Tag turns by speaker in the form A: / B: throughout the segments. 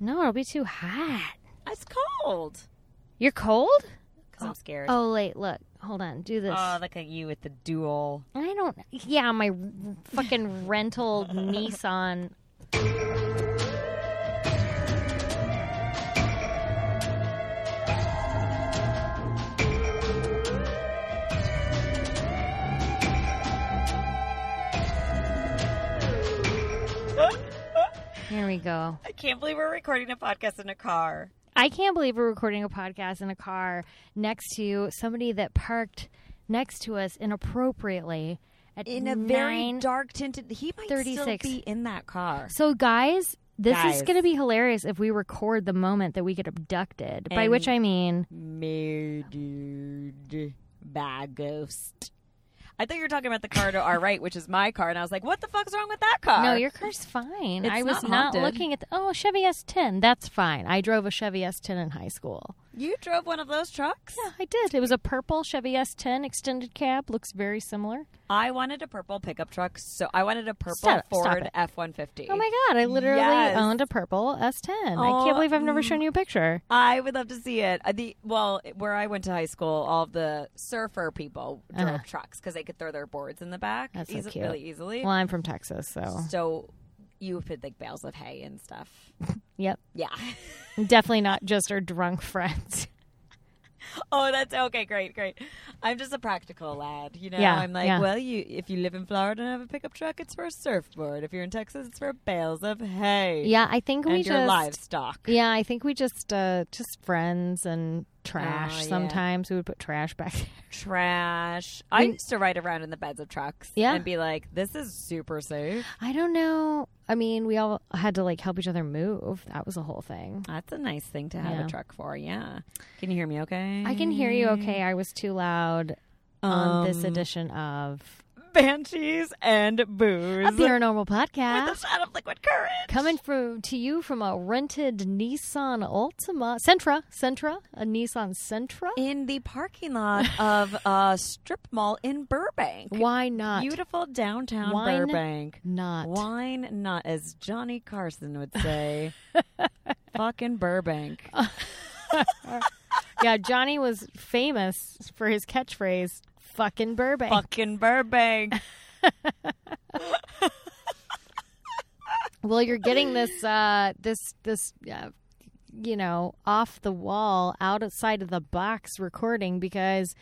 A: No, it'll be too hot.
B: It's cold.
A: You're cold?
B: Because I'm scared.
A: Oh, wait, look. Hold on. Do this.
B: Oh, look at you with the dual.
A: I don't. Yeah, my r- fucking rental Nissan. Here we go.
B: I can't believe we're recording a podcast in a car.
A: I can't believe we're recording a podcast in a car next to somebody that parked next to us inappropriately at
B: In a very
A: nine-
B: dark tinted. He might
A: 36.
B: still be in that car.
A: So, guys, this
B: Guys.
A: is going to be hilarious if we record the moment that we get abducted. by
B: And-
A: which I mean,
B: Murdered by a ghost. I thought you were talking about the car to our right, which is my car, and I was like, "What the fuck's wrong with that car?"
A: no, your car's fine.
B: It's
A: I was
B: not
A: not,
B: haunted.
A: looking at the, oh Chevy S10. That's fine. I drove a Chevy S10 in high school.
B: you drove one of those trucks.
A: Yeah, I did. It was a purple Chevy S10 extended cab. Looks very similar.
B: I wanted a purple pickup truck, so I wanted a purple
A: Stop- stop
B: Ford
A: it.
B: F one fifty.
A: Oh my god! I literally
B: Yes.
A: owned a purple S10. I
B: Oh,
A: can't believe I've never shown you a picture.
B: I would love to see it. Uh, The well, where I went to high school, all of the surfer people drove trucks because they could throw their boards in the back
A: Uh-huh. That's so
B: easi-
A: cute.
B: really easily.
A: Well, I'm from Texas, so
B: So you put like bales of hay and stuff.
A: yep,
B: Yeah.
A: definitely not just our drunk friends.
B: oh, that's okay. Great, great. I'm just a practical lad, you know.
A: Yeah,
B: I'm like,
A: yeah.
B: well, you if you live in Florida and have a pickup truck, it's for a surfboard. If you're in Texas, it's for bales of hay.
A: Yeah, I think
B: and
A: we
B: your
A: just
B: livestock.
A: Yeah, I think we just uh just friends and trash.
B: Oh, yeah.
A: Sometimes we would put trash back.
B: Trash. I used to ride around in the beds of trucks
A: Mm. Yeah.
B: and be like, this is super safe.
A: I don't know. I mean, we all had to like help each other move. That was the whole thing.
B: That's a nice thing to have
A: Yeah.
B: a truck for. Yeah. Can you hear me okay?
A: I can hear you okay. I was too loud on this edition of
B: Banshees and booze.
A: a paranormal
B: The
A: podcast.
B: shot of liquid courage.
A: Coming from to you from a rented Nissan Ultima Sentra, Sentra, a Nissan Sentra.
B: in the parking lot of a strip mall in Burbank.
A: Why not?
B: Beautiful downtown
A: Wine
B: Burbank.
A: not.
B: Wine not, as Johnny Carson would say. Fucking Burbank.
A: Yeah, Johnny was famous for his catchphrase, "Fucking Burbank."
B: Fucking Burbank.
A: Well, you're getting this, uh, this, this, uh, you know, off the wall, outside of the box recording because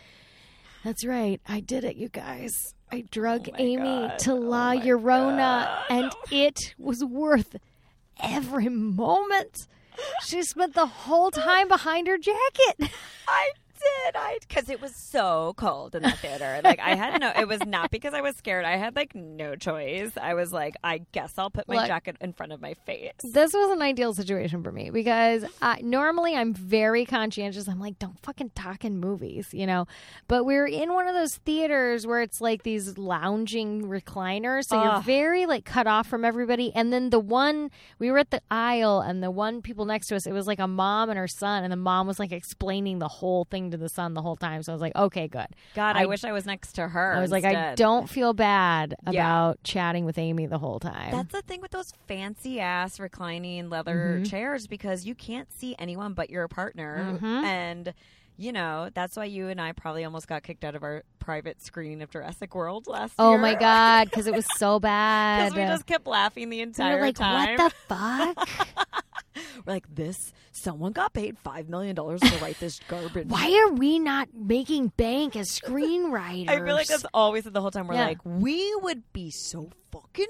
A: that's right. I did it, you guys. I drug Amy to La Llorona, and it was worth every moment. She spent the whole time behind her jacket.
B: I did. I because it was so cold in the theater. Like I had no. It was not because I was scared. I had like no choice. I was like, I guess I'll put my
A: Look.
B: jacket in front of my face.
A: this was an ideal situation for me because I, normally I'm very conscientious. I'm like, don't fucking talk in movies, you know. But we were in one of those theaters where it's like these lounging recliners, so you're
B: Ugh.
A: very like cut off from everybody. And then the one we were at the aisle, and the one people next to us, it was like a mom and her son, and the mom was like explaining the whole thing to the son the whole time. So I was like, okay, good.
B: God, I,
A: I-
B: wish I was next to her.
A: I was like, I
B: instead.
A: don't feel bad
B: Yeah.
A: about chatting with Amy the whole time.
B: That's the thing with those fancy ass reclining leather
A: Mm-hmm.
B: chairs because you can't see anyone but your partner.
A: Mm-hmm.
B: And, you know, that's why you and I probably almost got kicked out of our private screening of Jurassic World last
A: Oh
B: year.
A: my god, because it was so bad.
B: Because we just kept laughing the
A: We
B: entire
A: were like,
B: time.
A: what the fuck?
B: We're like, this, someone got paid $5 million to write this garbage.
A: Why are we not making bank as screenwriters?
B: I feel like that's always the whole time. We're
A: Yeah.
B: like, we would be so fucking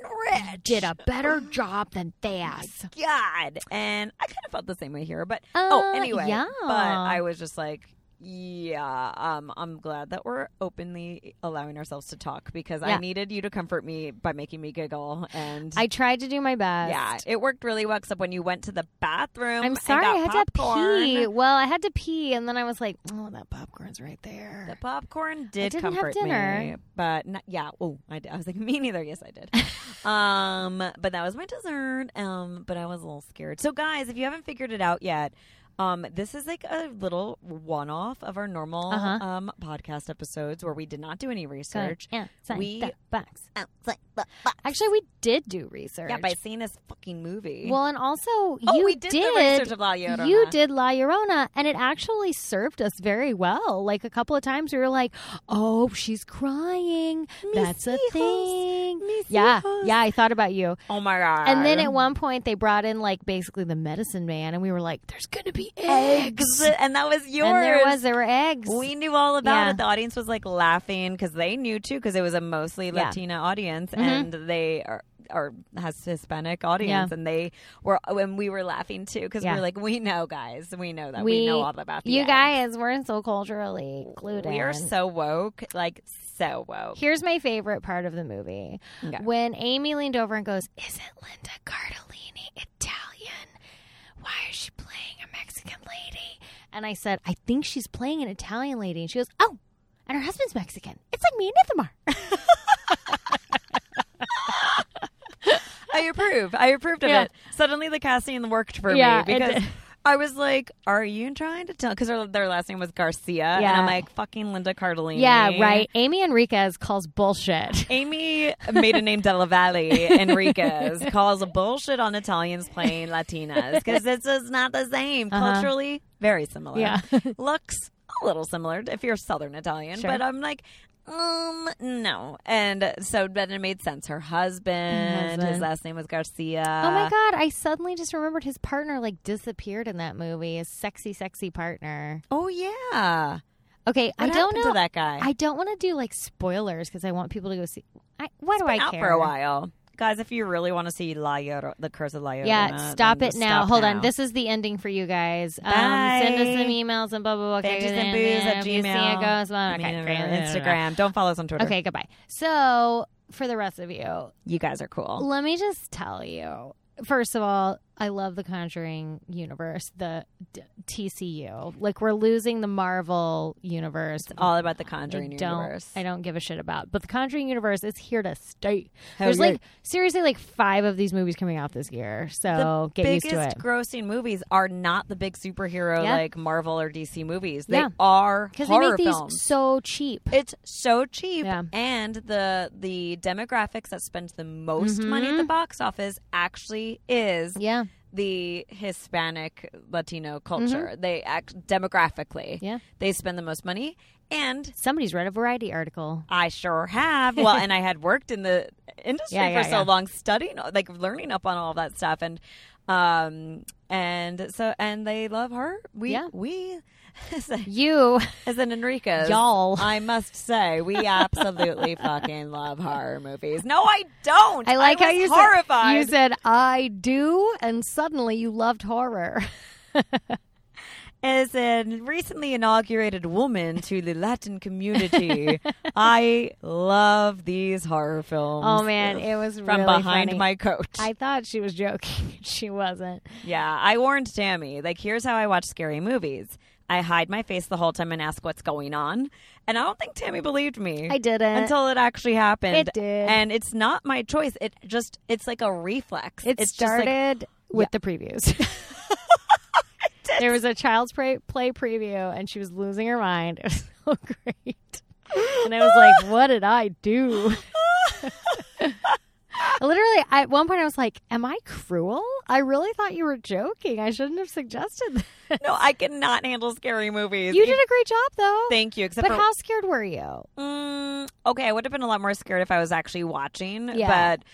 B: rich.
A: did a better job than this.
B: God. And I kind of felt the same way here, but oh,
A: Uh,
B: anyway.
A: yeah.
B: But I was just like, yeah, um, I'm glad that we're openly allowing ourselves to talk because
A: Yeah.
B: I needed you to comfort me by making me giggle, and
A: I tried to do my best.
B: yeah, it worked really well. Except when you went to the bathroom,
A: I'm
B: and
A: sorry,
B: got
A: I had
B: popcorn.
A: to pee. Well, I had to pee, and then I was like, oh, that popcorn's right
B: The
A: there.
B: popcorn did
A: didn't have
B: comfort me,
A: dinner.
B: but not, yeah. Oh, I, did- I was like, me neither. Yes, I did. um, but that was my dessert. Um, but I was a little scared. So, guys, if you haven't figured it out yet, um, this is like a little one-off of our normal
A: Uh-huh.
B: um podcast episodes where we did not do any research.
A: Yeah, it's like
B: we
A: that. box.
B: Outside the box.
A: Actually, we did do research.
B: Yeah, by seeing this fucking movie.
A: well, and also
B: oh,
A: you
B: we did, the research of La Llorona.
A: You did La Llorona, and it actually served us very well. Like a couple of times, we were like, "Oh, she's crying.
B: Mis
A: That's a
B: hijos.
A: thing."
B: Mis
A: yeah,
B: hijos.
A: yeah. I thought about you.
B: Oh my god.
A: And then at one point, they brought in like basically the medicine man, and we were like, "There's gonna be eggs."
B: eggs, and that was yours.
A: And there was there were eggs.
B: We knew all about
A: Yeah.
B: it. The audience was like laughing because they knew too because it was a mostly
A: Yeah. Mm-hmm.
B: Latina audience and they are. Or has Hispanic audience, and they were, and we were laughing too because we
A: Yeah.
B: were like, we know, guys, we know that we, know all about the
A: you
B: eggs.
A: guys. We're so culturally included.
B: We are so woke, like so woke.
A: Here's my favorite part of the movie.
B: Okay.
A: When Amy leaned over and goes, Isn't Linda Cardellini Italian? Why is she playing a Mexican lady? And I said, I think she's playing an Italian lady. And she goes, Oh, and her husband's Mexican. It's like me and Ithamar.
B: I approve. I approved of
A: Yeah.
B: it. Suddenly, the casting worked for
A: Yeah,
B: me
A: it
B: because
A: did.
B: I was like, "Are you trying to tell?" Because their, their last name was Garcia, and
A: Yeah.
B: I'm like, "Fucking Linda Cardellini."
A: yeah, right. Amy Enriquez calls bullshit.
B: Amy, maiden name Della Valle Enriquez, calls bullshit on Italians playing Latinas because it's just not the same.
A: Uh-huh.
B: Culturally, very similar.
A: Yeah.
B: Looks a little similar if you're Southern Italian,
A: Sure.
B: but I'm like, um, no. And so then it made sense. Her husband, his
A: Husband.
B: last name was Garcia.
A: oh my God. I suddenly just remembered his partner like disappeared in that movie. His sexy, sexy partner.
B: Oh, yeah.
A: Okay, I
B: What
A: don't
B: happened
A: know.
B: to that guy?
A: I don't want to do like spoilers because I want people to go see. I, why do I
B: out
A: care?
B: for a while. Guys, if you really want to see La Llor- The Curse of La Llorona,
A: Yeah, stop
B: then
A: it
B: just
A: now.
B: stop
A: Hold
B: now.
A: on. This is the ending for you guys. Um,
B: Bye.
A: send us some emails and blah, blah, blah.
B: Panties
A: Okay,
B: and booze at
A: if you see it,
B: Gmail.
A: go as well.
B: I
A: Okay,
B: mean,
A: great.
B: Instagram. Don't follow us on Twitter.
A: Okay, goodbye. So, for the rest of you,
B: You guys are cool.
A: let me just tell you. First of all, I love the Conjuring universe, the d- TCU. Like we're losing the Marvel universe.
B: All about the
A: I
B: Conjuring
A: don't,
B: universe.
A: I don't give a shit about. But the Conjuring universe is here to stay.
B: Hell
A: There's
B: yeah.
A: like seriously like five of these movies coming out this year, so
B: the
A: get used
B: biggest
A: to it.
B: grossing movies are not the big superhero
A: Yeah.
B: like Marvel or DC movies. They
A: Yeah.
B: are
A: Because they
B: horror
A: make these
B: films.
A: so cheap.
B: it's so cheap,
A: Yeah.
B: and the the demographics that spend the most money at the box office actually is
A: Mm-hmm. Yeah,
B: the Hispanic Latino culture. They act demographically,
A: Mm-hmm. Yeah.
B: they spend the most money, and
A: somebody's read a Variety article.
B: I sure have. Well, and I had worked in the industry
A: Yeah, yeah,
B: for so
A: yeah.
B: long, studying, like learning up on all of that stuff, and um, and so and they love her. We
A: Yeah.
B: we as, a,
A: You,
B: as an Enriquez,
A: Y'all.
B: I must say, we absolutely fucking love horror movies. No, I don't.
A: I like how
B: was
A: you
B: horrified.
A: said you said I do, and suddenly you loved horror.
B: As a recently inaugurated woman to the Latin community, I love these horror films.
A: Oh man, it was
B: From
A: really
B: behind
A: funny.
B: my coat.
A: I thought she was joking. She wasn't.
B: yeah, I warned Tammy. Like, here's how I watch scary movies. I hide my face the whole time and ask what's going on. And I don't think Tammy believed me.
A: I didn't.
B: Until it actually happened.
A: It did.
B: And it's not my choice. It just, it's like a reflex.
A: It
B: it's just like,
A: started with the previews. there was a child's play, play preview, and she was losing her mind. It was so great. And I was like, what did I do? Literally, I- at one point, I was like, am I cruel? I really thought you were joking. I shouldn't have suggested that.
B: no, I cannot handle scary movies.
A: You did a great job, though.
B: Thank you. Except
A: But
B: for
A: how scared were you?
B: Mm, okay, I would have been a lot more scared if I was actually watching.
A: Yeah.
B: But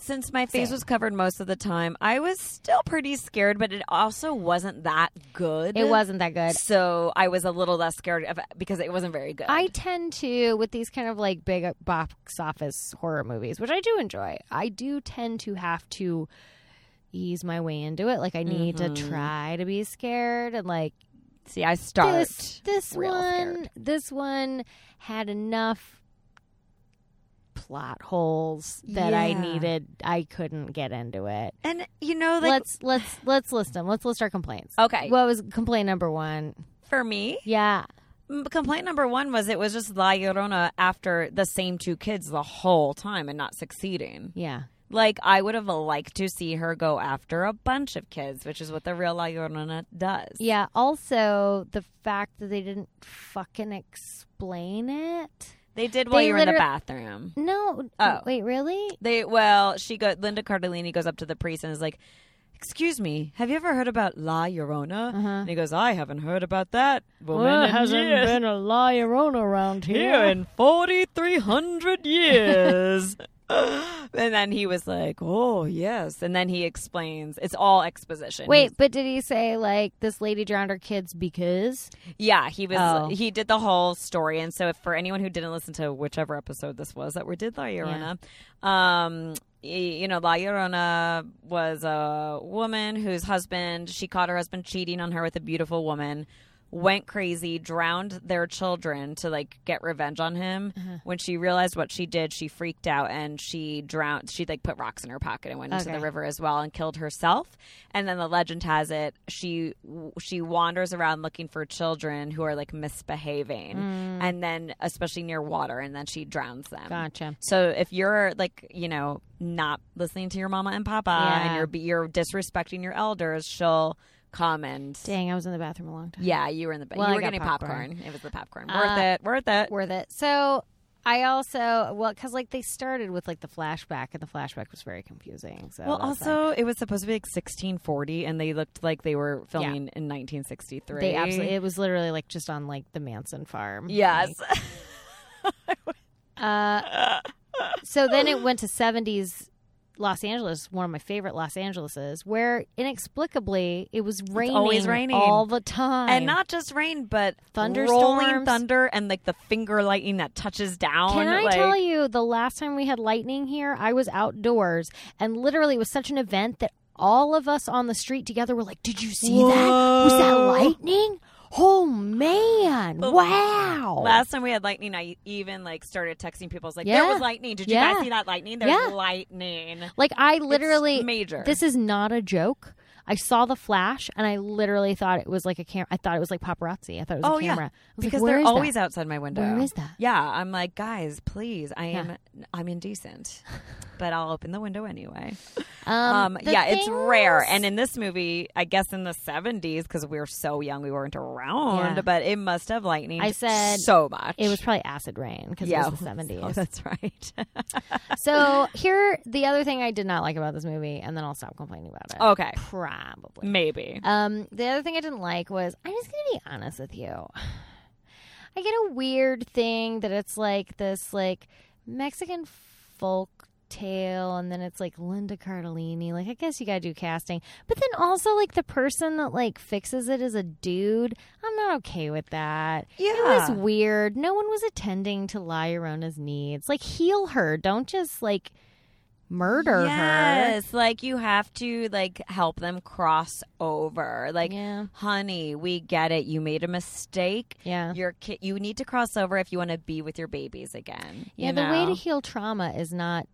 B: since my face
A: Same.
B: was covered most of the time, I was still pretty scared, but it also wasn't that good.
A: It wasn't that good.
B: So I was a little less scared of, because it wasn't very good.
A: I tend to with these kind of like big uh, box office horror movies, which I do enjoy. I do tend to have to ease my way into it. Like I need
B: Mm-hmm.
A: to try to be scared and like
B: See, I start.
A: this this
B: real
A: one
B: scared.
A: this one had enough plot holes that I
B: Yeah.
A: needed I couldn't get into it.
B: And, you know, like,
A: let's let's let's list them. Let's list our complaints.
B: Okay.
A: What was complaint number 1?
B: for me,
A: Yeah.
B: m- complaint number one was it was just La Llorona after the same two kids the whole time and not succeeding.
A: Yeah.
B: Like, I would have liked to see her go after a bunch of kids, which is what the real La Llorona does.
A: Yeah. Also, the fact that they didn't fucking explain it.
B: They did while
A: They
B: you were in the
A: literally-
B: bathroom.
A: No.
B: Oh.
A: Wait, really?
B: They well, she go Linda Cardellini goes up to the priest and is like, "Excuse me, have you ever heard about La Llorona?"
A: Uh-huh.
B: And he goes, "I haven't heard about that woman in years.
A: a liar on around
B: here in forty three hundred years." and then he was like, "Oh yes," and then he explains it's all exposition.
A: Wait, but did he say like this lady drowned her kids because?
B: Yeah, he was.
A: Oh.
B: He did the whole story, and so if, for anyone who didn't listen to whichever episode this was that we did La Llorona, um, y- you know, La Llorona was a woman whose husband she caught her husband cheating on her with a beautiful woman, went crazy, drowned their children to like get revenge on him.
A: Uh-huh.
B: When she realized what she did, she freaked out and she drowned. She like put rocks in her pocket and went into the
A: Okay.
B: river river as well and killed herself. And then the legend has it she she wanders around looking for children who are like misbehaving, and then especially near water, and then she drowns them.
A: Mm. Gotcha.
B: So if you're like you know not listening to your mama and papa, and
A: Yeah.
B: you're be- you're disrespecting your elders, she'll come and.
A: Dang, I was in the bathroom a long time.
B: Yeah, you were in the
A: Well,
B: you
A: I
B: were
A: got
B: getting popcorn.
A: popcorn.
B: It was the popcorn.
A: Uh,
B: worth it. Worth it.
A: Worth it. So I also well, because like they started with like the flashback, and the flashback was very confusing. So
B: Well,
A: that's,
B: also it was supposed to be like 1640, and they looked like they were filming in 1963.
A: like, they absolutely it was literally like just on like the Manson farm.
B: Yes.
A: Like, uh, so then it went to seventies. Los Angeles, one of my favorite Los Angeleses, where inexplicably it was raining,
B: always raining.
A: all the time,
B: and not just rain, but rolling
A: Thunderstorms.
B: thunder and like the finger lightning that touches down.
A: Can I
B: like,
A: tell you the last time we had lightning here, I was outdoors and literally it was such an event that all of us on the street together were like, Did you see that? Was that
B: Whoa.
A: lightning? Oh man. Wow.
B: Last time we had lightning, I even like started texting people. I was like,
A: Yeah.
B: "There was lightning. Did you
A: Yeah.
B: guys see that lightning? There's
A: Yeah.
B: lightning.
A: like I literally
B: major.
A: This is not a joke. I saw the flash and I literally thought it was like a camera. I thought it was like paparazzi. I thought it was
B: Oh
A: a
B: yeah,
A: camera. I was
B: because
A: like, where
B: they're
A: is that?
B: always outside my window.
A: Where is that?
B: Yeah, I'm like, guys, please. I am. I'm indecent, but I'll open the window anyway. Um,
A: the
B: yeah, it's
A: things-
B: rare. And in this movie, I guess in the 70s, because we were so young, we weren't around,
A: Yeah.
B: but it must have lightning.
A: I said
B: so much.
A: It was probably acid rain because it was the 70s.
B: Oh, that's right.
A: So here, the other thing I did not like about this movie, and then I'll stop complaining about it.
B: okay.
A: Probably.
B: Maybe.
A: Um, the other thing I didn't like was I'm just gonna be honest with you. I get a weird thing that it's like this like Mexican folk tale and then it's like Linda Cardellini. Like I guess you gotta do casting. But then also like the person that like fixes it is a dude. I'm not okay with that. It was
B: Yeah.
A: weird. No one was attending to La Llorona's needs. Like heal her. Don't just like murder her.
B: yes, like you have to like help them cross over. Like,
A: Yeah.
B: honey, we get it. You made a mistake.
A: Yeah.
B: Your kid, you need to cross over if you want to be with your babies again.
A: Yeah,
B: you
A: the way
B: know?
A: to heal trauma is not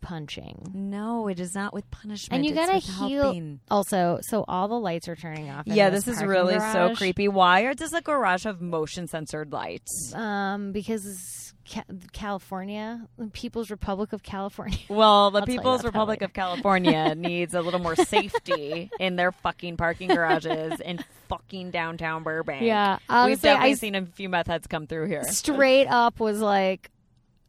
A: punching.
B: No, it is not with punishment.
A: and you
B: It's
A: gotta
B: with
A: heal.
B: helping.
A: Also, so all the lights are turning off. in
B: Yeah, this, is
A: parking
B: really so
A: garage,
B: creepy. Why are does a garage have motion censored lights?
A: Um, because it's Ca- California, the People's Republic of California.
B: Well, the
A: tell you
B: People's
A: about that
B: Republic
A: later.
B: of California needs a little more safety in their fucking parking garages in fucking downtown Burbank.
A: Yeah,
B: we've
A: honestly,
B: definitely
A: I
B: seen a few meth heads come through here.
A: straight up was like,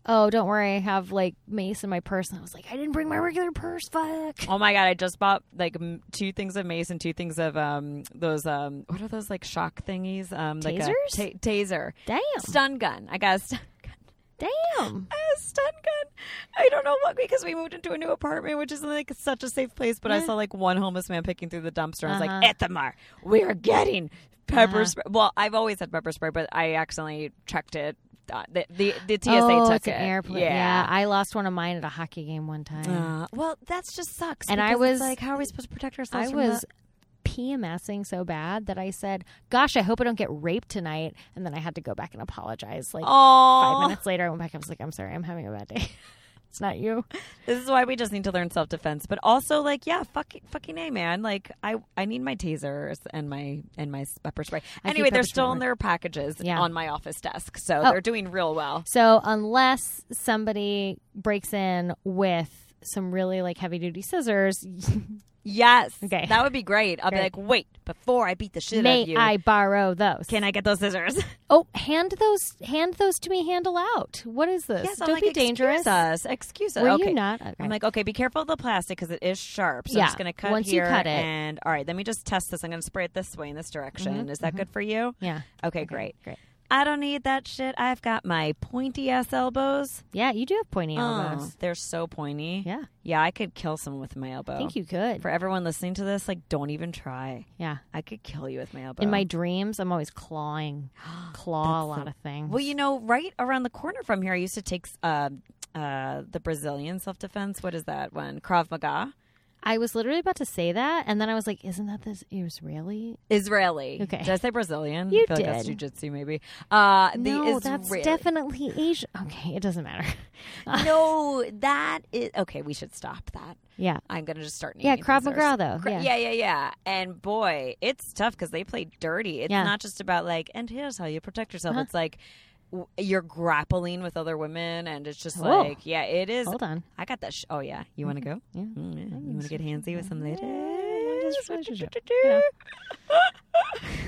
A: "Oh, don't worry, I have like mace in my purse." And I was like, "I didn't bring my regular purse, fuck."
B: Oh my god! I just bought like m- two things of mace and two things of um those um what are those like shock thingies um like a
A: Tasers?
B: ta- taser
A: Damn,
B: stun gun. I got a stun gun.
A: damn.
B: I had a stun gun. I don't know what because we moved into a new apartment, which is like such a safe place. But I saw like one homeless man picking through the dumpster. and I was
A: Uh-huh.
B: like, Ithamar, we're getting pepper spray. Well, I've always had pepper spray, but I accidentally checked it. Uh, The the, the TSA
A: oh,
B: took
A: it's an
B: it.
A: airplane.
B: Yeah.
A: I lost one of mine at a hockey game one time.
B: Uh, well, that just sucks.
A: And I
B: because it's
A: was-
B: like, how are we supposed to protect ourselves?
A: I
B: from
A: was
B: that?
A: PMSing so bad that I said, "Gosh, I hope I don't get raped tonight." And then I had to go back and apologize. Like
B: Aw.
A: five minutes later, I went back. I was like, "I'm sorry, I'm having a bad day. it's not you."
B: This is why we just need to learn self defense, but also like, yeah, fuck, fucking a man. Like, I I need my tasers and my and my pepper spray.
A: I keep
B: anyway, they're
A: pepper spray
B: still
A: in
B: in
A: my-
B: their packages
A: Yeah.
B: on my office desk, so
A: Oh.
B: they're doing real well.
A: So unless somebody breaks in with some really like heavy duty scissors,
B: Yes.
A: Okay.
B: That would be great. I'll
A: Great.
B: be like, wait, before I beat the shit out of
A: May
B: you,
A: I borrow those?
B: can I get those scissors?
A: Oh, hand those, hand those to me. Handle out. What is this?
B: yes.
A: Don't
B: I'm like,
A: be dangerous.
B: Excuse us. Excuse us.
A: Were
B: okay.
A: you not? Okay.
B: I'm like, okay, be careful of the plastic because it is sharp. So
A: Yeah.
B: I'm just going to cut
A: Once you
B: here.
A: cut it.
B: And all right, let me just test this. I'm going to spray it this way in this direction. Is that good for you?
A: yeah,
B: Okay, great.
A: Mm-hmm. great.
B: I don't need that shit. I've got my pointy ass elbows.
A: yeah. You do have pointy
B: Oh,
A: elbows.
B: they're so pointy.
A: Yeah,
B: Yeah, I could kill someone with my elbow.
A: I think you could.
B: For everyone listening to this, like, don't even try.
A: yeah.
B: I could kill you with my elbow.
A: In my dreams, I'm always clawing, claw a lot of things.
B: well, you know, right around the corner from here, I used to take uh, uh, the Brazilian self defense. What is that one? Krav Maga,
A: I was literally about to say that, and then I was like, "Isn't that this Israeli?"
B: Israeli.
A: Okay.
B: did I say Brazilian?
A: You
B: I feel like that's
A: did.
B: jujitsu, maybe. Uh, the
A: no,
B: Israeli.
A: that's definitely Asian. Okay, it doesn't matter.
B: no. That is okay. We should stop that.
A: yeah,
B: I'm gonna just start.
A: yeah.
B: naming
A: Krav
B: scissors.
A: Maga, though.
B: Cra-
A: yeah.
B: yeah, yeah, yeah. And boy, it's tough because they play dirty. It's
A: Yeah. Uh-huh.
B: not just about like, and here's how you protect yourself. It's like w- you're grappling with other women, and it's just
A: Whoa.
B: like, yeah, it is.
A: Hold on.
B: I got that. Sh- oh yeah, you want to go?
A: Mm-hmm. Yeah.
B: Mm, yeah. You want to get handsy with some lady?
A: Just relationship, you know.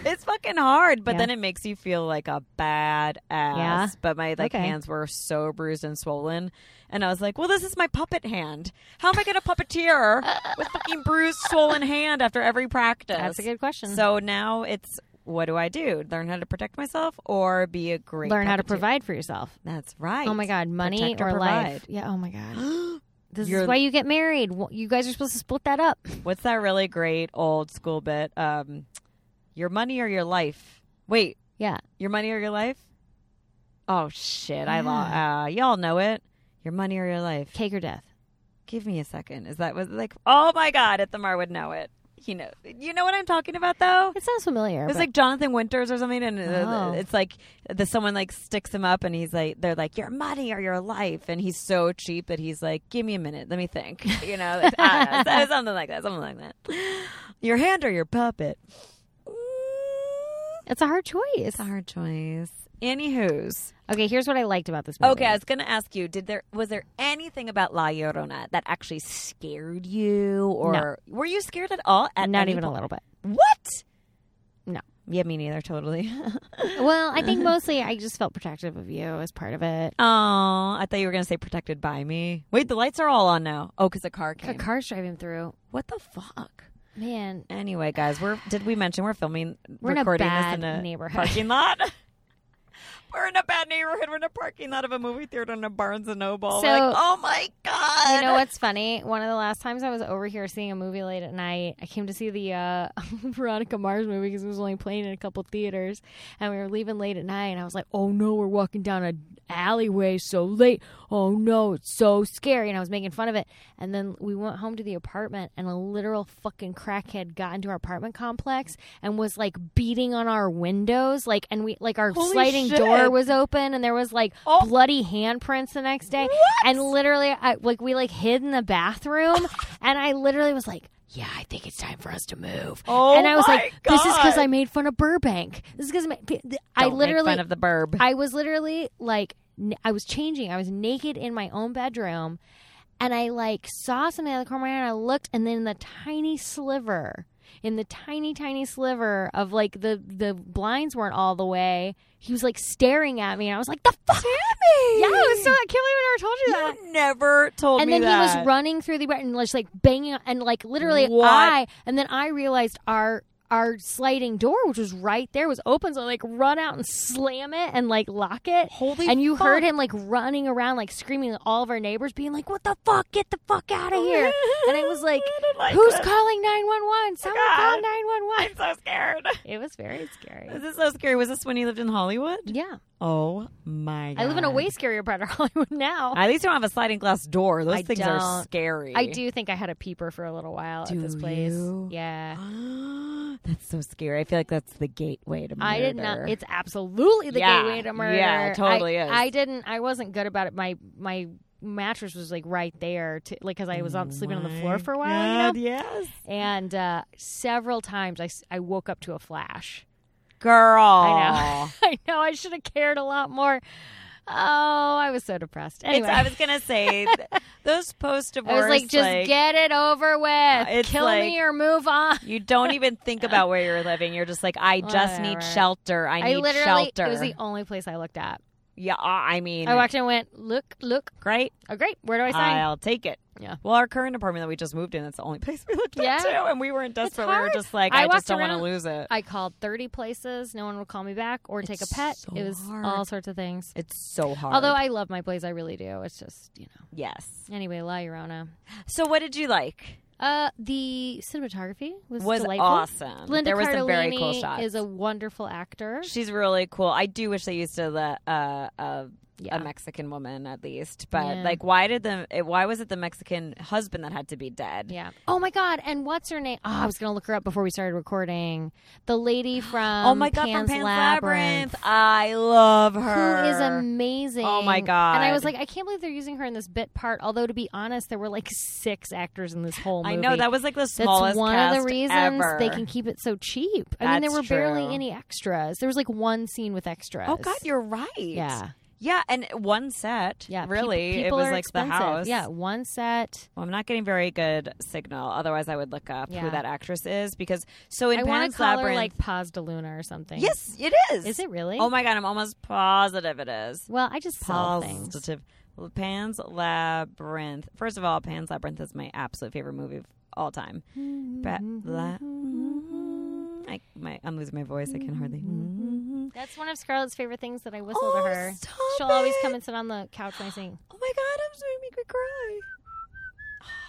B: It's fucking hard, but
A: Yeah.
B: then it makes you feel like a bad ass.
A: Yeah.
B: But my like
A: Okay.
B: hands were so bruised and swollen, and I was like, "Well, this is my puppet hand. How am I gonna puppeteer with fucking bruised, swollen hand after every practice?"
A: That's a good question.
B: So now it's what do I do? Learn how to protect myself or be a great
A: Learn how to
B: puppeteer?
A: provide for yourself.
B: That's right.
A: Oh my God, money
B: Protect
A: or,
B: or
A: life?
B: provide.
A: Yeah. Oh my God. This
B: You're-
A: is why you get married. Wh- You guys are supposed to split that up.
B: What's that really great old school bit? Um, your money or your life? Wait,
A: Yeah.
B: your money or your life? Oh shit!
A: Yeah.
B: I lo- uh, y'all know it. Your money or your life?
A: Cake or death.
B: Give me a second. Is that was like? Oh my god! Ithamar would know it. He know. You know what I'm talking about though.
A: It sounds familiar.
B: It was
A: but-
B: Oh. like Jonathan Winters or something, and uh
A: Oh.
B: it's like the someone like sticks him up, and he's like, "They're like your money or your life," and he's so cheap that he's like, "Give me a minute, let me think," you know, like, I don't know, so- something like that, something like that. Your hand or your puppet? Mm,
A: it's a hard choice.
B: It's a hard choice. Anywho's.
A: Okay, here's what I liked about this movie.
B: Okay, I was gonna ask you: Did there was there anything about La Llorona that actually scared you, or were you scared at all? At
A: not
B: any
A: even a
B: po-
A: little bit.
B: What?
A: No.
B: Yeah, me neither. Totally.
A: Well, I think mostly I just felt protective of you as part of it.
B: Oh, I thought you were going to say protected by me. Wait, the lights are all on now. Oh, because a car
A: A
B: came.
A: car's driving through.
B: What the fuck?
A: Man,
B: Anyway, guys, we're did we mention we're filming
A: We're in a
B: recording
A: bad
B: this in a
A: neighborhood.
B: parking lot? we're in a bad neighborhood. We're in a parking lot of a movie theater in a Barnes and Noble.
A: So-
B: like, oh my god!
A: you know what's funny? One of the last times I was over here seeing a movie late at night, I came to see the uh, Veronica Mars movie because it was only playing in a couple theaters, and we were leaving late at night, and I was like, "Oh no, we're walking down an alleyway so late. Oh no, it's so scary." And I was making fun of it, and then we went home to the apartment, and a literal fucking crackhead got into our apartment complex and was like beating on our windows, like, and we like our
B: Holy
A: sliding
B: shit.
A: door was open, and there was like
B: Oh.
A: bloody handprints the next day. And literally, I, like we like hid in the bathroom, and I literally was like, "Yeah, I think it's time for us to move."
B: Oh
A: and I was
B: my
A: like, "This is because
B: God.
A: I made fun of Burbank. This is because I, I
B: Don't make
A: literally,
B: fun of the burb.
A: I was literally like, n- I was changing. I was naked in my own bedroom, and I like saw something out of the corner of my eye, and I looked, and then the tiny sliver, in the tiny tiny sliver of like the the blinds weren't all the way. He was like staring at me, and I was like, "The fuck."
B: Tammy,
A: Yeah, it was so. I can't believe I never told you that.
B: you never told
A: And
B: me
A: then
B: that.
A: he was running through the and just like banging on- and like literally
B: What?
A: I and then I realized our our sliding door, which was right there, was open. So I like run out and slam it and like lock it.
B: Holy
A: and you
B: fuck.
A: heard him like running around, like screaming at all of our neighbors, being like, "What the fuck? Get the fuck out
B: Oh
A: of here!" and I was like,
B: I don't like
A: "Who's
B: this.
A: calling nine one one? Someone
B: Oh God.
A: call nine one one."
B: I'm so scared.
A: It was very scary.
B: This is so scary. Was this when you lived in Hollywood?
A: Yeah,
B: Oh my god.
A: I live in a way scarier part of Hollywood now.
B: At least you don't have a sliding glass door. Those
A: I
B: things are
A: don't.
B: scary.
A: I do think I had a peeper for a little while
B: Do
A: at this place.
B: you?
A: Yeah.
B: that's so scary. I feel like that's the gateway to murder.
A: I did not. It's absolutely the
B: Yeah.
A: gateway to murder.
B: Yeah, it totally
A: I,
B: is.
A: I didn't. I wasn't good about it. My my mattress was like right there, to, like because I was on, sleeping on the floor for a while,
B: Oh
A: you know.
B: Yes,
A: And uh, several times I, s- I woke up to a flash.
B: girl.
A: I know. I know. I should have cared a lot more. Oh, I was so depressed. Anyway,
B: It's, I was gonna say th- those post
A: I was
B: divorce.
A: like, just get it over with.
B: it's
A: Kill me
B: like-
A: or move on.
B: You don't even think about where you're living. You're just like, I just need
A: Whatever.
B: shelter. I
A: I
B: need
A: literally,
B: shelter.
A: it was the only place I looked at.
B: yeah, I I mean,
A: I walked in and went, look, look.
B: great.
A: Oh, great. Where do I sign?
B: I'll take it.
A: Yeah.
B: Well, our current apartment that we just moved in, that's the only place we looked
A: Yeah.
B: at too, and we weren't desperate. We were
A: hard.
B: just like,
A: I
B: I,
A: walked
B: just don't want to
A: around-
B: lose it.
A: I called 30 places. No one would call me back or take a
B: It's
A: pet.
B: so
A: it was
B: hard.
A: all sorts of things.
B: it's so hard.
A: Although I love my place, I really do. It's just, you know.
B: yes.
A: Anyway, La Llorona.
B: So, what did you like?
A: Uh, the cinematography was,
B: Was
A: delightful.
B: awesome.
A: Linda
B: there was some very cool
A: Cardellini
B: shots.
A: is a wonderful actor.
B: She's really cool. I do wish they used to the uh, uh,
A: Yeah.
B: a Mexican woman at least, but
A: Yeah.
B: like, why did the it, why was it the Mexican husband that had to be dead?
A: Yeah. Oh my God. And what's her name? Oh, I was gonna look her up before we started recording. The lady from
B: oh my god,
A: um, Pan's
B: from Pan's
A: Labyrinth.
B: Labyrinth. I love her.
A: Who is amazing.
B: Oh my
A: And I
B: God.
A: was like, I can't believe they're using her in this bit part. Although to be honest, there were like six actors in this whole movie.
B: I know that was like the smallest
A: That's one of
B: cast
A: the reasons
B: ever.
A: they can keep it so cheap. I mean, there were
B: That's
A: barely
B: true.
A: any extras. There was like one scene with extras.
B: Oh god, you're right.
A: yeah,
B: yeah, and one set.
A: yeah. peop-
B: really,
A: people,
B: it was
A: are
B: like
A: expensive.
B: the house.
A: Yeah, one set.
B: Well, I'm not getting very good signal. Otherwise, I would look up
A: Yeah.
B: who that actress is because so in
A: I want
B: Pan's
A: to call
B: Labyrinth,
A: her like Paz de Luna or something.
B: yes, it is.
A: Is it really?
B: Oh my god, I'm almost positive it is.
A: Well, I just saw things.
B: Positive. Pan's Labyrinth. First of all, Pan's Labyrinth is my absolute favorite movie of all time. But la- I, my, I'm losing my voice. I can hardly.
A: That's one of Scarlett's favorite things that I whistle
B: Oh,
A: to her.
B: stop
A: She'll always
B: it.
A: come and sit on the couch when I sing.
B: Oh my god, I'm just gonna make me cry.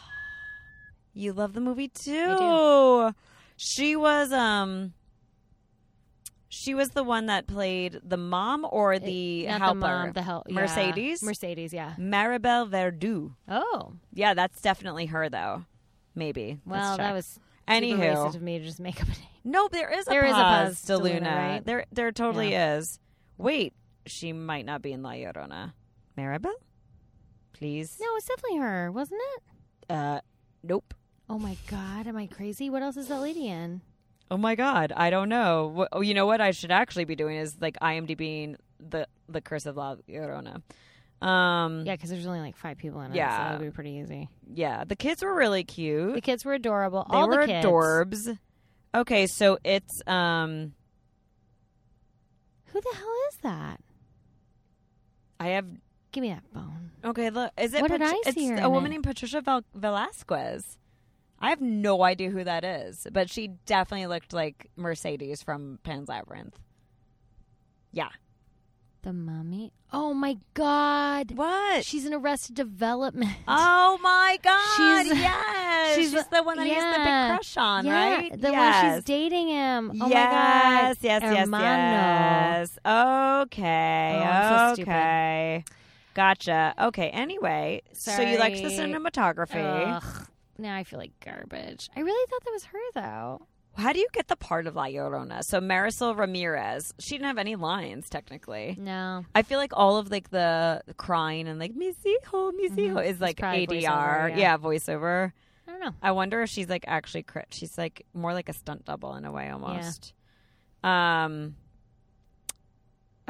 B: You love the movie too. She was um she was the one that played the mom or the
A: Not
B: helper.
A: the mom, the help. yeah.
B: Mercedes?
A: Mercedes, yeah.
B: Maribel Verdú.
A: Oh,
B: Yeah, that's definitely her though. Maybe. Let's
A: well, that
B: check.
A: was super
B: Anywho.
A: wasted of me to just make up a name.
B: No, there is a
A: There is a
B: Paz
A: Paz
B: de
A: de Luna,
B: Luna.
A: right?
B: There there totally is. Wait, she might not be in La Llorona. Maribel? Please.
A: No, it's definitely her, wasn't it?
B: Uh nope.
A: Oh my god, am I crazy? What else is that lady in?
B: Oh my god, I don't know. Wh- Oh, you know what I should actually be doing is like IMDbing the the Curse of La Llorona. Um,
A: Yeah, because there's only like five people in it. so
B: Yeah.
A: that would be pretty easy.
B: yeah, the kids were really cute.
A: The kids were adorable.
B: they
A: All
B: were
A: the kids.
B: adorbs. Okay, so it's um,
A: Who the hell is that?
B: I have
A: Give me that bone.
B: okay. Look, is it
A: What did
B: Patri-
A: I see her
B: it's
A: in
B: a woman
A: it?
B: named Patricia Vel- Velasquez. I have no idea who that is, but she definitely looked like Mercedes from Pan's Labyrinth. Yeah.
A: The mummy. Oh my god.
B: What?
A: She's in Arrested Development.
B: Oh my God!
A: She's-
B: yes,
A: she's-
B: she's, the one that he has the
A: yeah.
B: big crush on,
A: yeah,
B: right?
A: The one
B: yes.
A: she's dating him. Oh
B: yes,
A: my god.
B: yes, yes,
A: Hermano.
B: yes. Okay,
A: Oh, I'm so stupid.
B: okay, gotcha. Okay. Anyway, so you liked the
A: Sorry.
B: cinematography?
A: Ugh. Now I feel like garbage. I really thought that was her though.
B: How do you get the part of La Llorona? So Marisol Ramirez, she didn't have any lines technically.
A: No.
B: I feel like all of like the crying and like mis hijo, mis hijo is like
A: Mm-hmm. probably
B: ADR,
A: voiceover, yeah.
B: yeah, voiceover.
A: I don't know.
B: I wonder if she's like actually cr- she's like more like a stunt double in a way almost. Um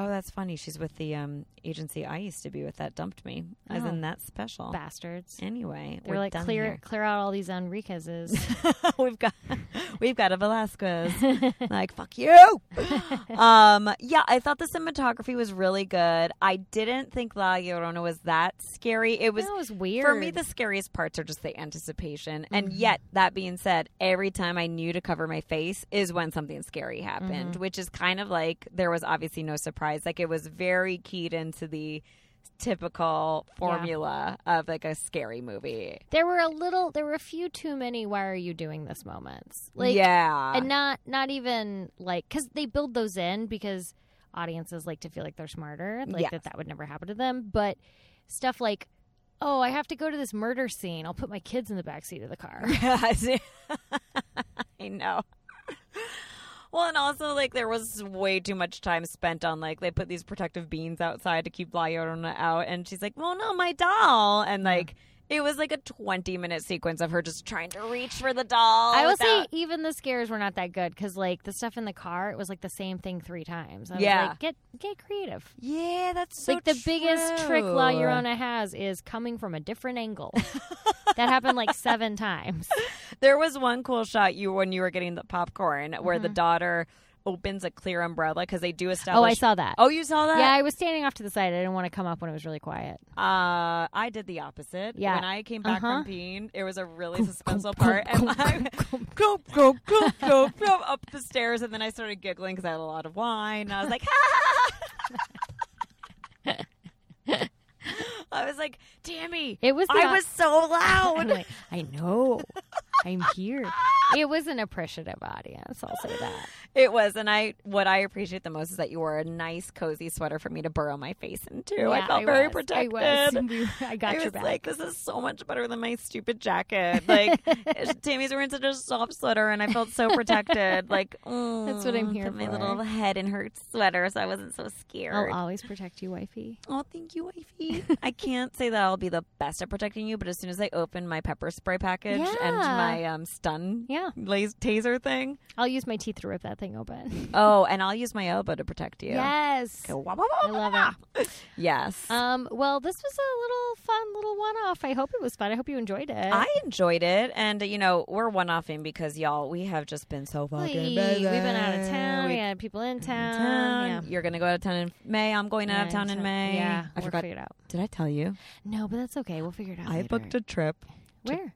B: Oh, that's funny. She's with the um agency I used to be with that dumped me. As
A: Oh.
B: in that special.
A: Bastards.
B: Anyway,
A: They're
B: we're
A: like
B: done
A: clear clear out all these Enriquez's.
B: here. we've got we've got a Velasquez. like fuck you. um yeah, I thought the cinematography was really good. I didn't think La Llorona was that scary. It was
A: that was weird. Mm-hmm.
B: for me, the scariest parts are just the anticipation. And yet, that being said, every time I knew to cover my face is when something scary happened,
A: Mm-hmm.
B: which is kind of like there was obviously no surprise. Like it was very keyed into the typical formula of like a scary movie.
A: there were a little there were a few too many why are you doing this moments. Like
B: yeah.
A: and not not even like cuz they build those in because audiences like to feel like they're smarter, like
B: Yes.
A: that that would never happen to them, but stuff like Oh, I have to go to this murder scene. I'll put my kids in the back seat of the car.
B: I know. Well, and also like there was way too much time spent on like they put these protective beans outside to keep La Llorona out, and she's like, "Well, no, my doll," and like It was like a 20 minute sequence of her just trying to reach for the doll.
A: I will say,
B: without-
A: even the scares were not that good because, like, the stuff in the car, it was like the same thing three times. I was
B: Yeah.
A: like, get get creative.
B: Yeah, that's so
A: like the biggest trick
B: true.
A: La Llorona has is coming from a different angle. that happened like seven times.
B: There was one cool shot you when you were getting the popcorn where the daughter opens a clear umbrella because they do establish.
A: Mm-hmm. Oh, I saw that.
B: Oh, you saw that?
A: yeah, I was standing off to the side. I didn't want to come up when it was really quiet.
B: Uh, I did the opposite.
A: Yeah.
B: When I came back
A: Uh-huh.
B: from peeing, it was a really suspenseful part. And I go, go, go, go, go up the stairs. And then I started giggling because I had a lot of wine. And I was like, I was like, Tammy,
A: It was. The
B: I was so
A: I'm
B: loud.
A: like, I know. I'm here. It was an appreciative audience. I'll say that.
B: It was. And I, what I appreciate the most is that you wore a nice, cozy sweater for me to burrow my face into. I
A: Yeah,
B: felt very
A: was.
B: protected.
A: I was. We- I got
B: I
A: your
B: was
A: back.
B: like, this is so much better than my stupid jacket. Like, Tammy's wearing such a soft sweater, and I felt so protected. Like,
A: That's what I'm
B: mm,
A: here
B: put My
A: for.
B: little head in her sweater, so I wasn't so
A: I'll
B: scared.
A: always protect you, wifey.
B: oh, thank you, wifey. I can't say that I'll be the best at protecting you, but as soon as I open my pepper spray package and
A: Yeah.
B: my um, stun
A: Yeah,
B: las- taser thing,
A: I'll use my teeth to rip that thing open.
B: oh, and I'll use my elbow to protect you.
A: Yes.
B: Go wah, wah, wah,
A: I
B: wah,
A: love
B: wah.
A: it.
B: Yes.
A: Um, well, this was a little fun, little one-off. I hope it was fun. I hope you enjoyed it.
B: I enjoyed it, and you know we're one offing because y'all we have just been so
A: Lee,
B: fucking
A: We've
B: busy.
A: been out of town. We,
B: We've
A: had people in
B: been out
A: town.
B: of town. You're gonna go out of town in May. I'm going
A: Yeah.
B: out of town in May.
A: Yeah,
B: I
A: we'll
B: forgot.
A: figure it out.
B: Did I tell you?
A: No, but that's okay. We'll figure it out.
B: I
A: later.
B: booked a trip.
A: where?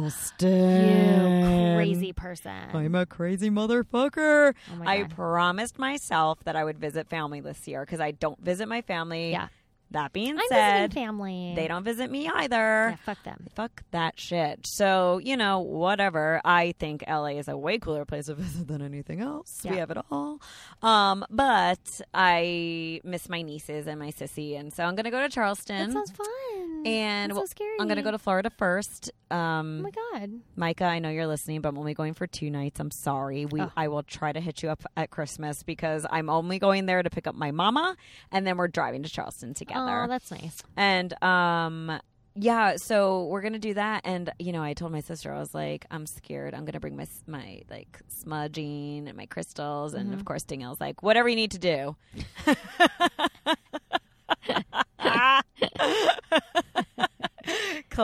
B: Charleston.
A: You crazy person.
B: I'm a crazy motherfucker.
A: oh my
B: I
A: god.
B: promised myself that I would visit family this year because I don't visit my family.
A: Yeah.
B: That being
A: I'm visiting
B: said,
A: family.
B: they don't visit me either.
A: Yeah, fuck them.
B: Fuck that shit. So, you know, whatever. I think LA is a way cooler place to visit than anything else. We
A: Yeah.
B: have it all. Um, but I miss my nieces and my sissy. And so I'm going to go to Charleston.
A: That sounds fun.
B: and
A: That's
B: we'll-
A: so scary.
B: I'm going to go to Florida first.
A: Oh
B: Um,
A: my god.
B: Micah, I know you're listening, but I'm only going for two nights. I'm sorry. We,
A: Oh.
B: I will try to hit you up at Christmas because I'm only going there to pick up my mama, and then we're driving to Charleston together.
A: Oh, that's nice.
B: And um yeah, so we're gonna do that, and you know, I told my sister I was like, I'm scared. I'm gonna bring my s- my like smudging and my crystals, and of course, Danielle's like, whatever you need to do.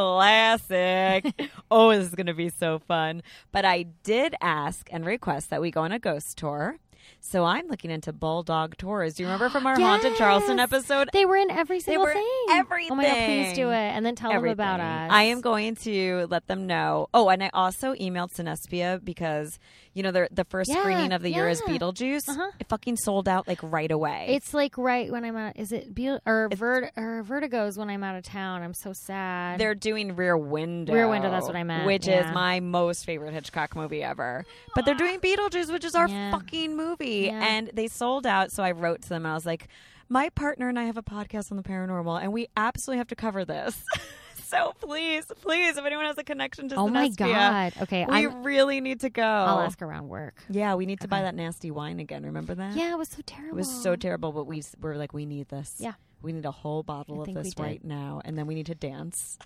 B: Classic. oh, this is gonna be so fun. But I did ask and request that we go on a ghost tour. So I'm looking into Bulldog Tours. Do you remember from our Haunted Charleston
A: Yes.
B: episode?
A: They were in every single
B: were
A: thing. Oh my god,
B: everything.
A: please do it and then tell them about
B: everything.
A: us.
B: I am going to let them know. Oh, and I also emailed Sinespia because you know the the first
A: Yeah,
B: screening of the year is
A: yeah.
B: Beetlejuice.
A: Uh-huh.
B: It fucking sold out like right away.
A: It's like right when I'm out. Is it Beal or, Vert- or Vertigo's when I'm out of town? I'm so sad.
B: they're doing Rear Window.
A: Rear Window, that's what I meant,
B: Which
A: yeah.
B: is my most favorite Hitchcock movie ever. But they're doing Beetlejuice, which is our
A: Yeah.
B: fucking movie.
A: Yeah.
B: And they sold out. So I wrote to them and I was like, my partner and I have a podcast on the paranormal, and we absolutely have to cover this. so please, please, if anyone has a connection to
A: oh my
B: Sinespia,
A: god. Okay,
B: We
A: I'm,
B: really need to go.
A: I'll ask around work.
B: Yeah, we need to buy that nasty wine again. Remember that?
A: Yeah, it was so terrible.
B: It was so terrible, but we s- were like, we need this.
A: Yeah.
B: We need a whole bottle
A: I
B: of
A: think we
B: this
A: did.
B: right now, and then we need to dance.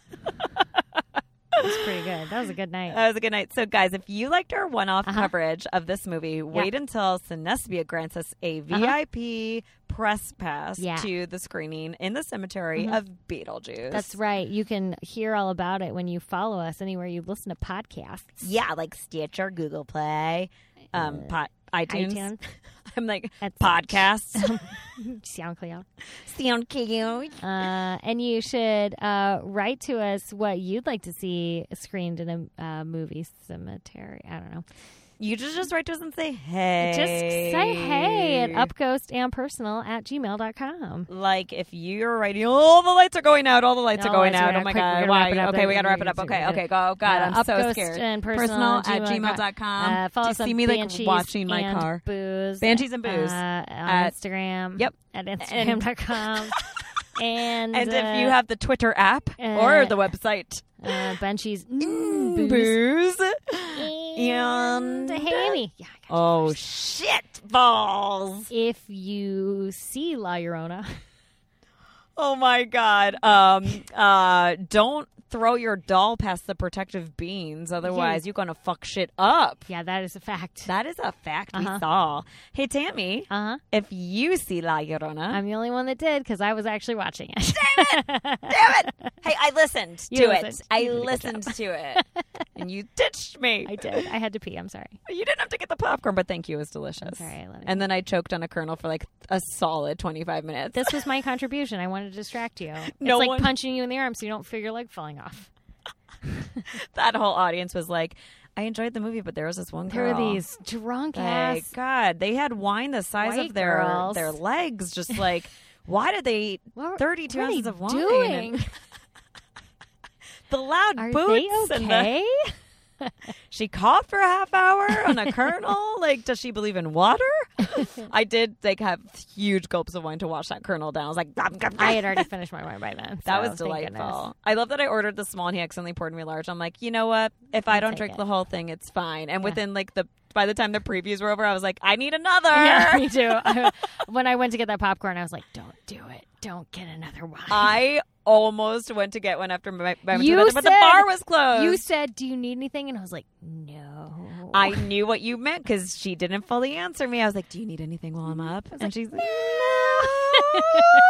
A: It was pretty good. That was a good night.
B: That was a good night. So, guys, if you liked our one off
A: Uh-huh.
B: coverage of this movie, wait until Sinespia grants us a VIP press pass
A: Uh-huh. Yeah. Mm-hmm.
B: to the screening in the cemetery of Beetlejuice.
A: That's right. You can hear all about it when you follow us anywhere you listen to podcasts.
B: Yeah, like Stitcher, Google Play, um, pot, iTunes.
A: Uh, iTunes.
B: I'm like,
A: That's-
B: podcasts.
A: SoundCloud.
B: Sound cute.
A: Uh, and you should uh, write to us what you'd like to see screened in a uh, movie cemetery. I don't know.
B: You just just write to us and say hey.
A: Just say hey at upghostandpersonal at gmail.com.
B: Like if you're writing, all the lights are going out. All the lights
A: No,
B: are going
A: lights are
B: out.
A: out.
B: Oh my
A: Quick, we
B: god!
A: gotta
B: Why?
A: wrap it up.
B: okay, we
A: Then
B: gotta wrap
A: we
B: it up.
A: can
B: Okay,
A: do it.
B: okay, go. Oh God,
A: Uh,
B: I'm so
A: upghost
B: scared.
A: and
B: personal
A: personal
B: at
A: gmail.com.
B: gmail.com.
A: Uh, follow
B: Um, Do you
A: us on
B: see me like
A: Banshees
B: watching my
A: and
B: car?
A: Booze.
B: Banshee and Booze
A: Uh, on
B: at-
A: Instagram.
B: Yep.
A: At Instagram.com. and
B: And if
A: uh,
B: you have the Twitter app or the website,
A: uh, Banshees.
B: booze.
A: Mm, booze. And
B: and-
A: Hammy. Yeah, I got you.
B: Oh shit balls!
A: If you see La Llorona,
B: Oh my god! Um, uh, don't throw your doll past the protective beams. Otherwise, you're going to fuck shit up.
A: Yeah, that is a fact.
B: That is a fact
A: Uh-huh.
B: we saw. Hey, Tammy,
A: Uh huh.
B: if you see La Llorona,
A: I'm the only one that did because I was actually watching it.
B: damn it! Hey, I listened
A: You
B: to
A: listened.
B: it. I
A: You did a good
B: listened to it. and you ditched me.
A: I did. I had to pee. I'm sorry.
B: You didn't have to get the popcorn, but thank you. It was delicious.
A: sorry, I love it.
B: and then I choked on a kernel for like a solid 25 minutes.
A: This was my contribution. I wanted to distract you.
B: No
A: it's like
B: one-
A: punching you in the arm so you don't feel your leg falling off.
B: that whole audience was like, I enjoyed the movie, but there was this one
A: There
B: girl.
A: are these drunk
B: Like,
A: ass.
B: God, they had wine the size
A: White
B: of their
A: girls.
B: their legs. Just like, why did they eat
A: What were-
B: thirty
A: what are
B: ounces
A: they
B: of wine?
A: doing?
B: and the loud
A: Are
B: boots
A: they
B: and the,
A: okay?
B: she coughed for a half hour on a kernel. like, does she believe in water? I did like have huge gulps of wine to wash that kernel down. I was like, "Gum, gum,
A: I
B: gum."
A: had already finished my wine by then.
B: That
A: so thank
B: was
A: goodness.
B: delightful. I love that I ordered the small and he accidentally poured me a large. I'm like, you know what? If I don't
A: take
B: drink
A: it.
B: the whole thing, it's fine. And within like the by the time the previews were over, I was like, I need another.
A: Yeah, me too. I- when I went to get that popcorn, I was like, "Don't do it. Don't get another wine."
B: I almost went to get one after my, my went to
A: You
B: the bathroom, but the
A: said-
B: bar was closed.
A: you said, "Do you need anything?" And I was like, "No."
B: I knew what you meant because she didn't fully answer me. I was like, "Do you need anything while I'm up?" And she's like, "No."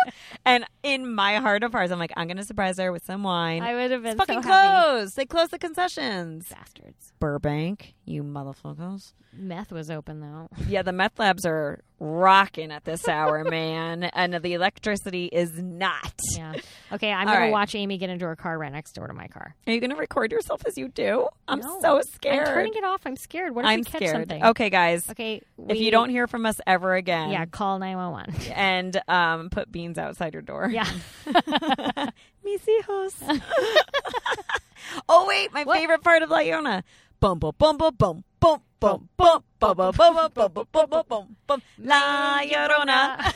B: and in my heart of hearts, I'm like, "I'm going to surprise her with some wine."
A: I would have been
B: it's fucking
A: so happy.
B: closed. They closed the concessions.
A: Bastards.
B: Burbank, you motherfuckers.
A: Meth was open though.
B: Yeah, the meth labs are rocking at this hour, man. And the electricity is not.
A: Yeah. Okay, I'm
B: All
A: gonna
B: right.
A: watch Amy get into her car right next door to my car.
B: Are you going to record yourself as you do? I'm
A: No.
B: so scared.
A: I'm turning it off. I'm scared. What if
B: I'm
A: we catch
B: scared.
A: something?
B: Okay, guys.
A: Okay. we-
B: If you don't hear from us ever again,
A: yeah, call nine one one.
B: and um, put beans outside your door.
A: Yeah.
B: Mis hijos. oh wait, my favorite part of La Llorona. Bum bum bum bum bum bum bum bum bum bum bum bum bum bum bum bum bum La Llorona.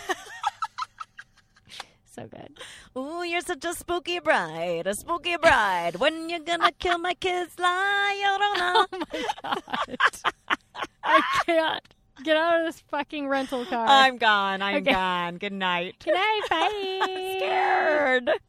A: so good.
B: Ooh, you're such a spooky bride, a spooky bride. When you're gonna kill my kids, La Llorona.
A: I can't get out of this fucking rental car.
B: I'm gone. I'm
A: Okay.
B: gone. Good night.
A: Good night. Bye.
B: Scared.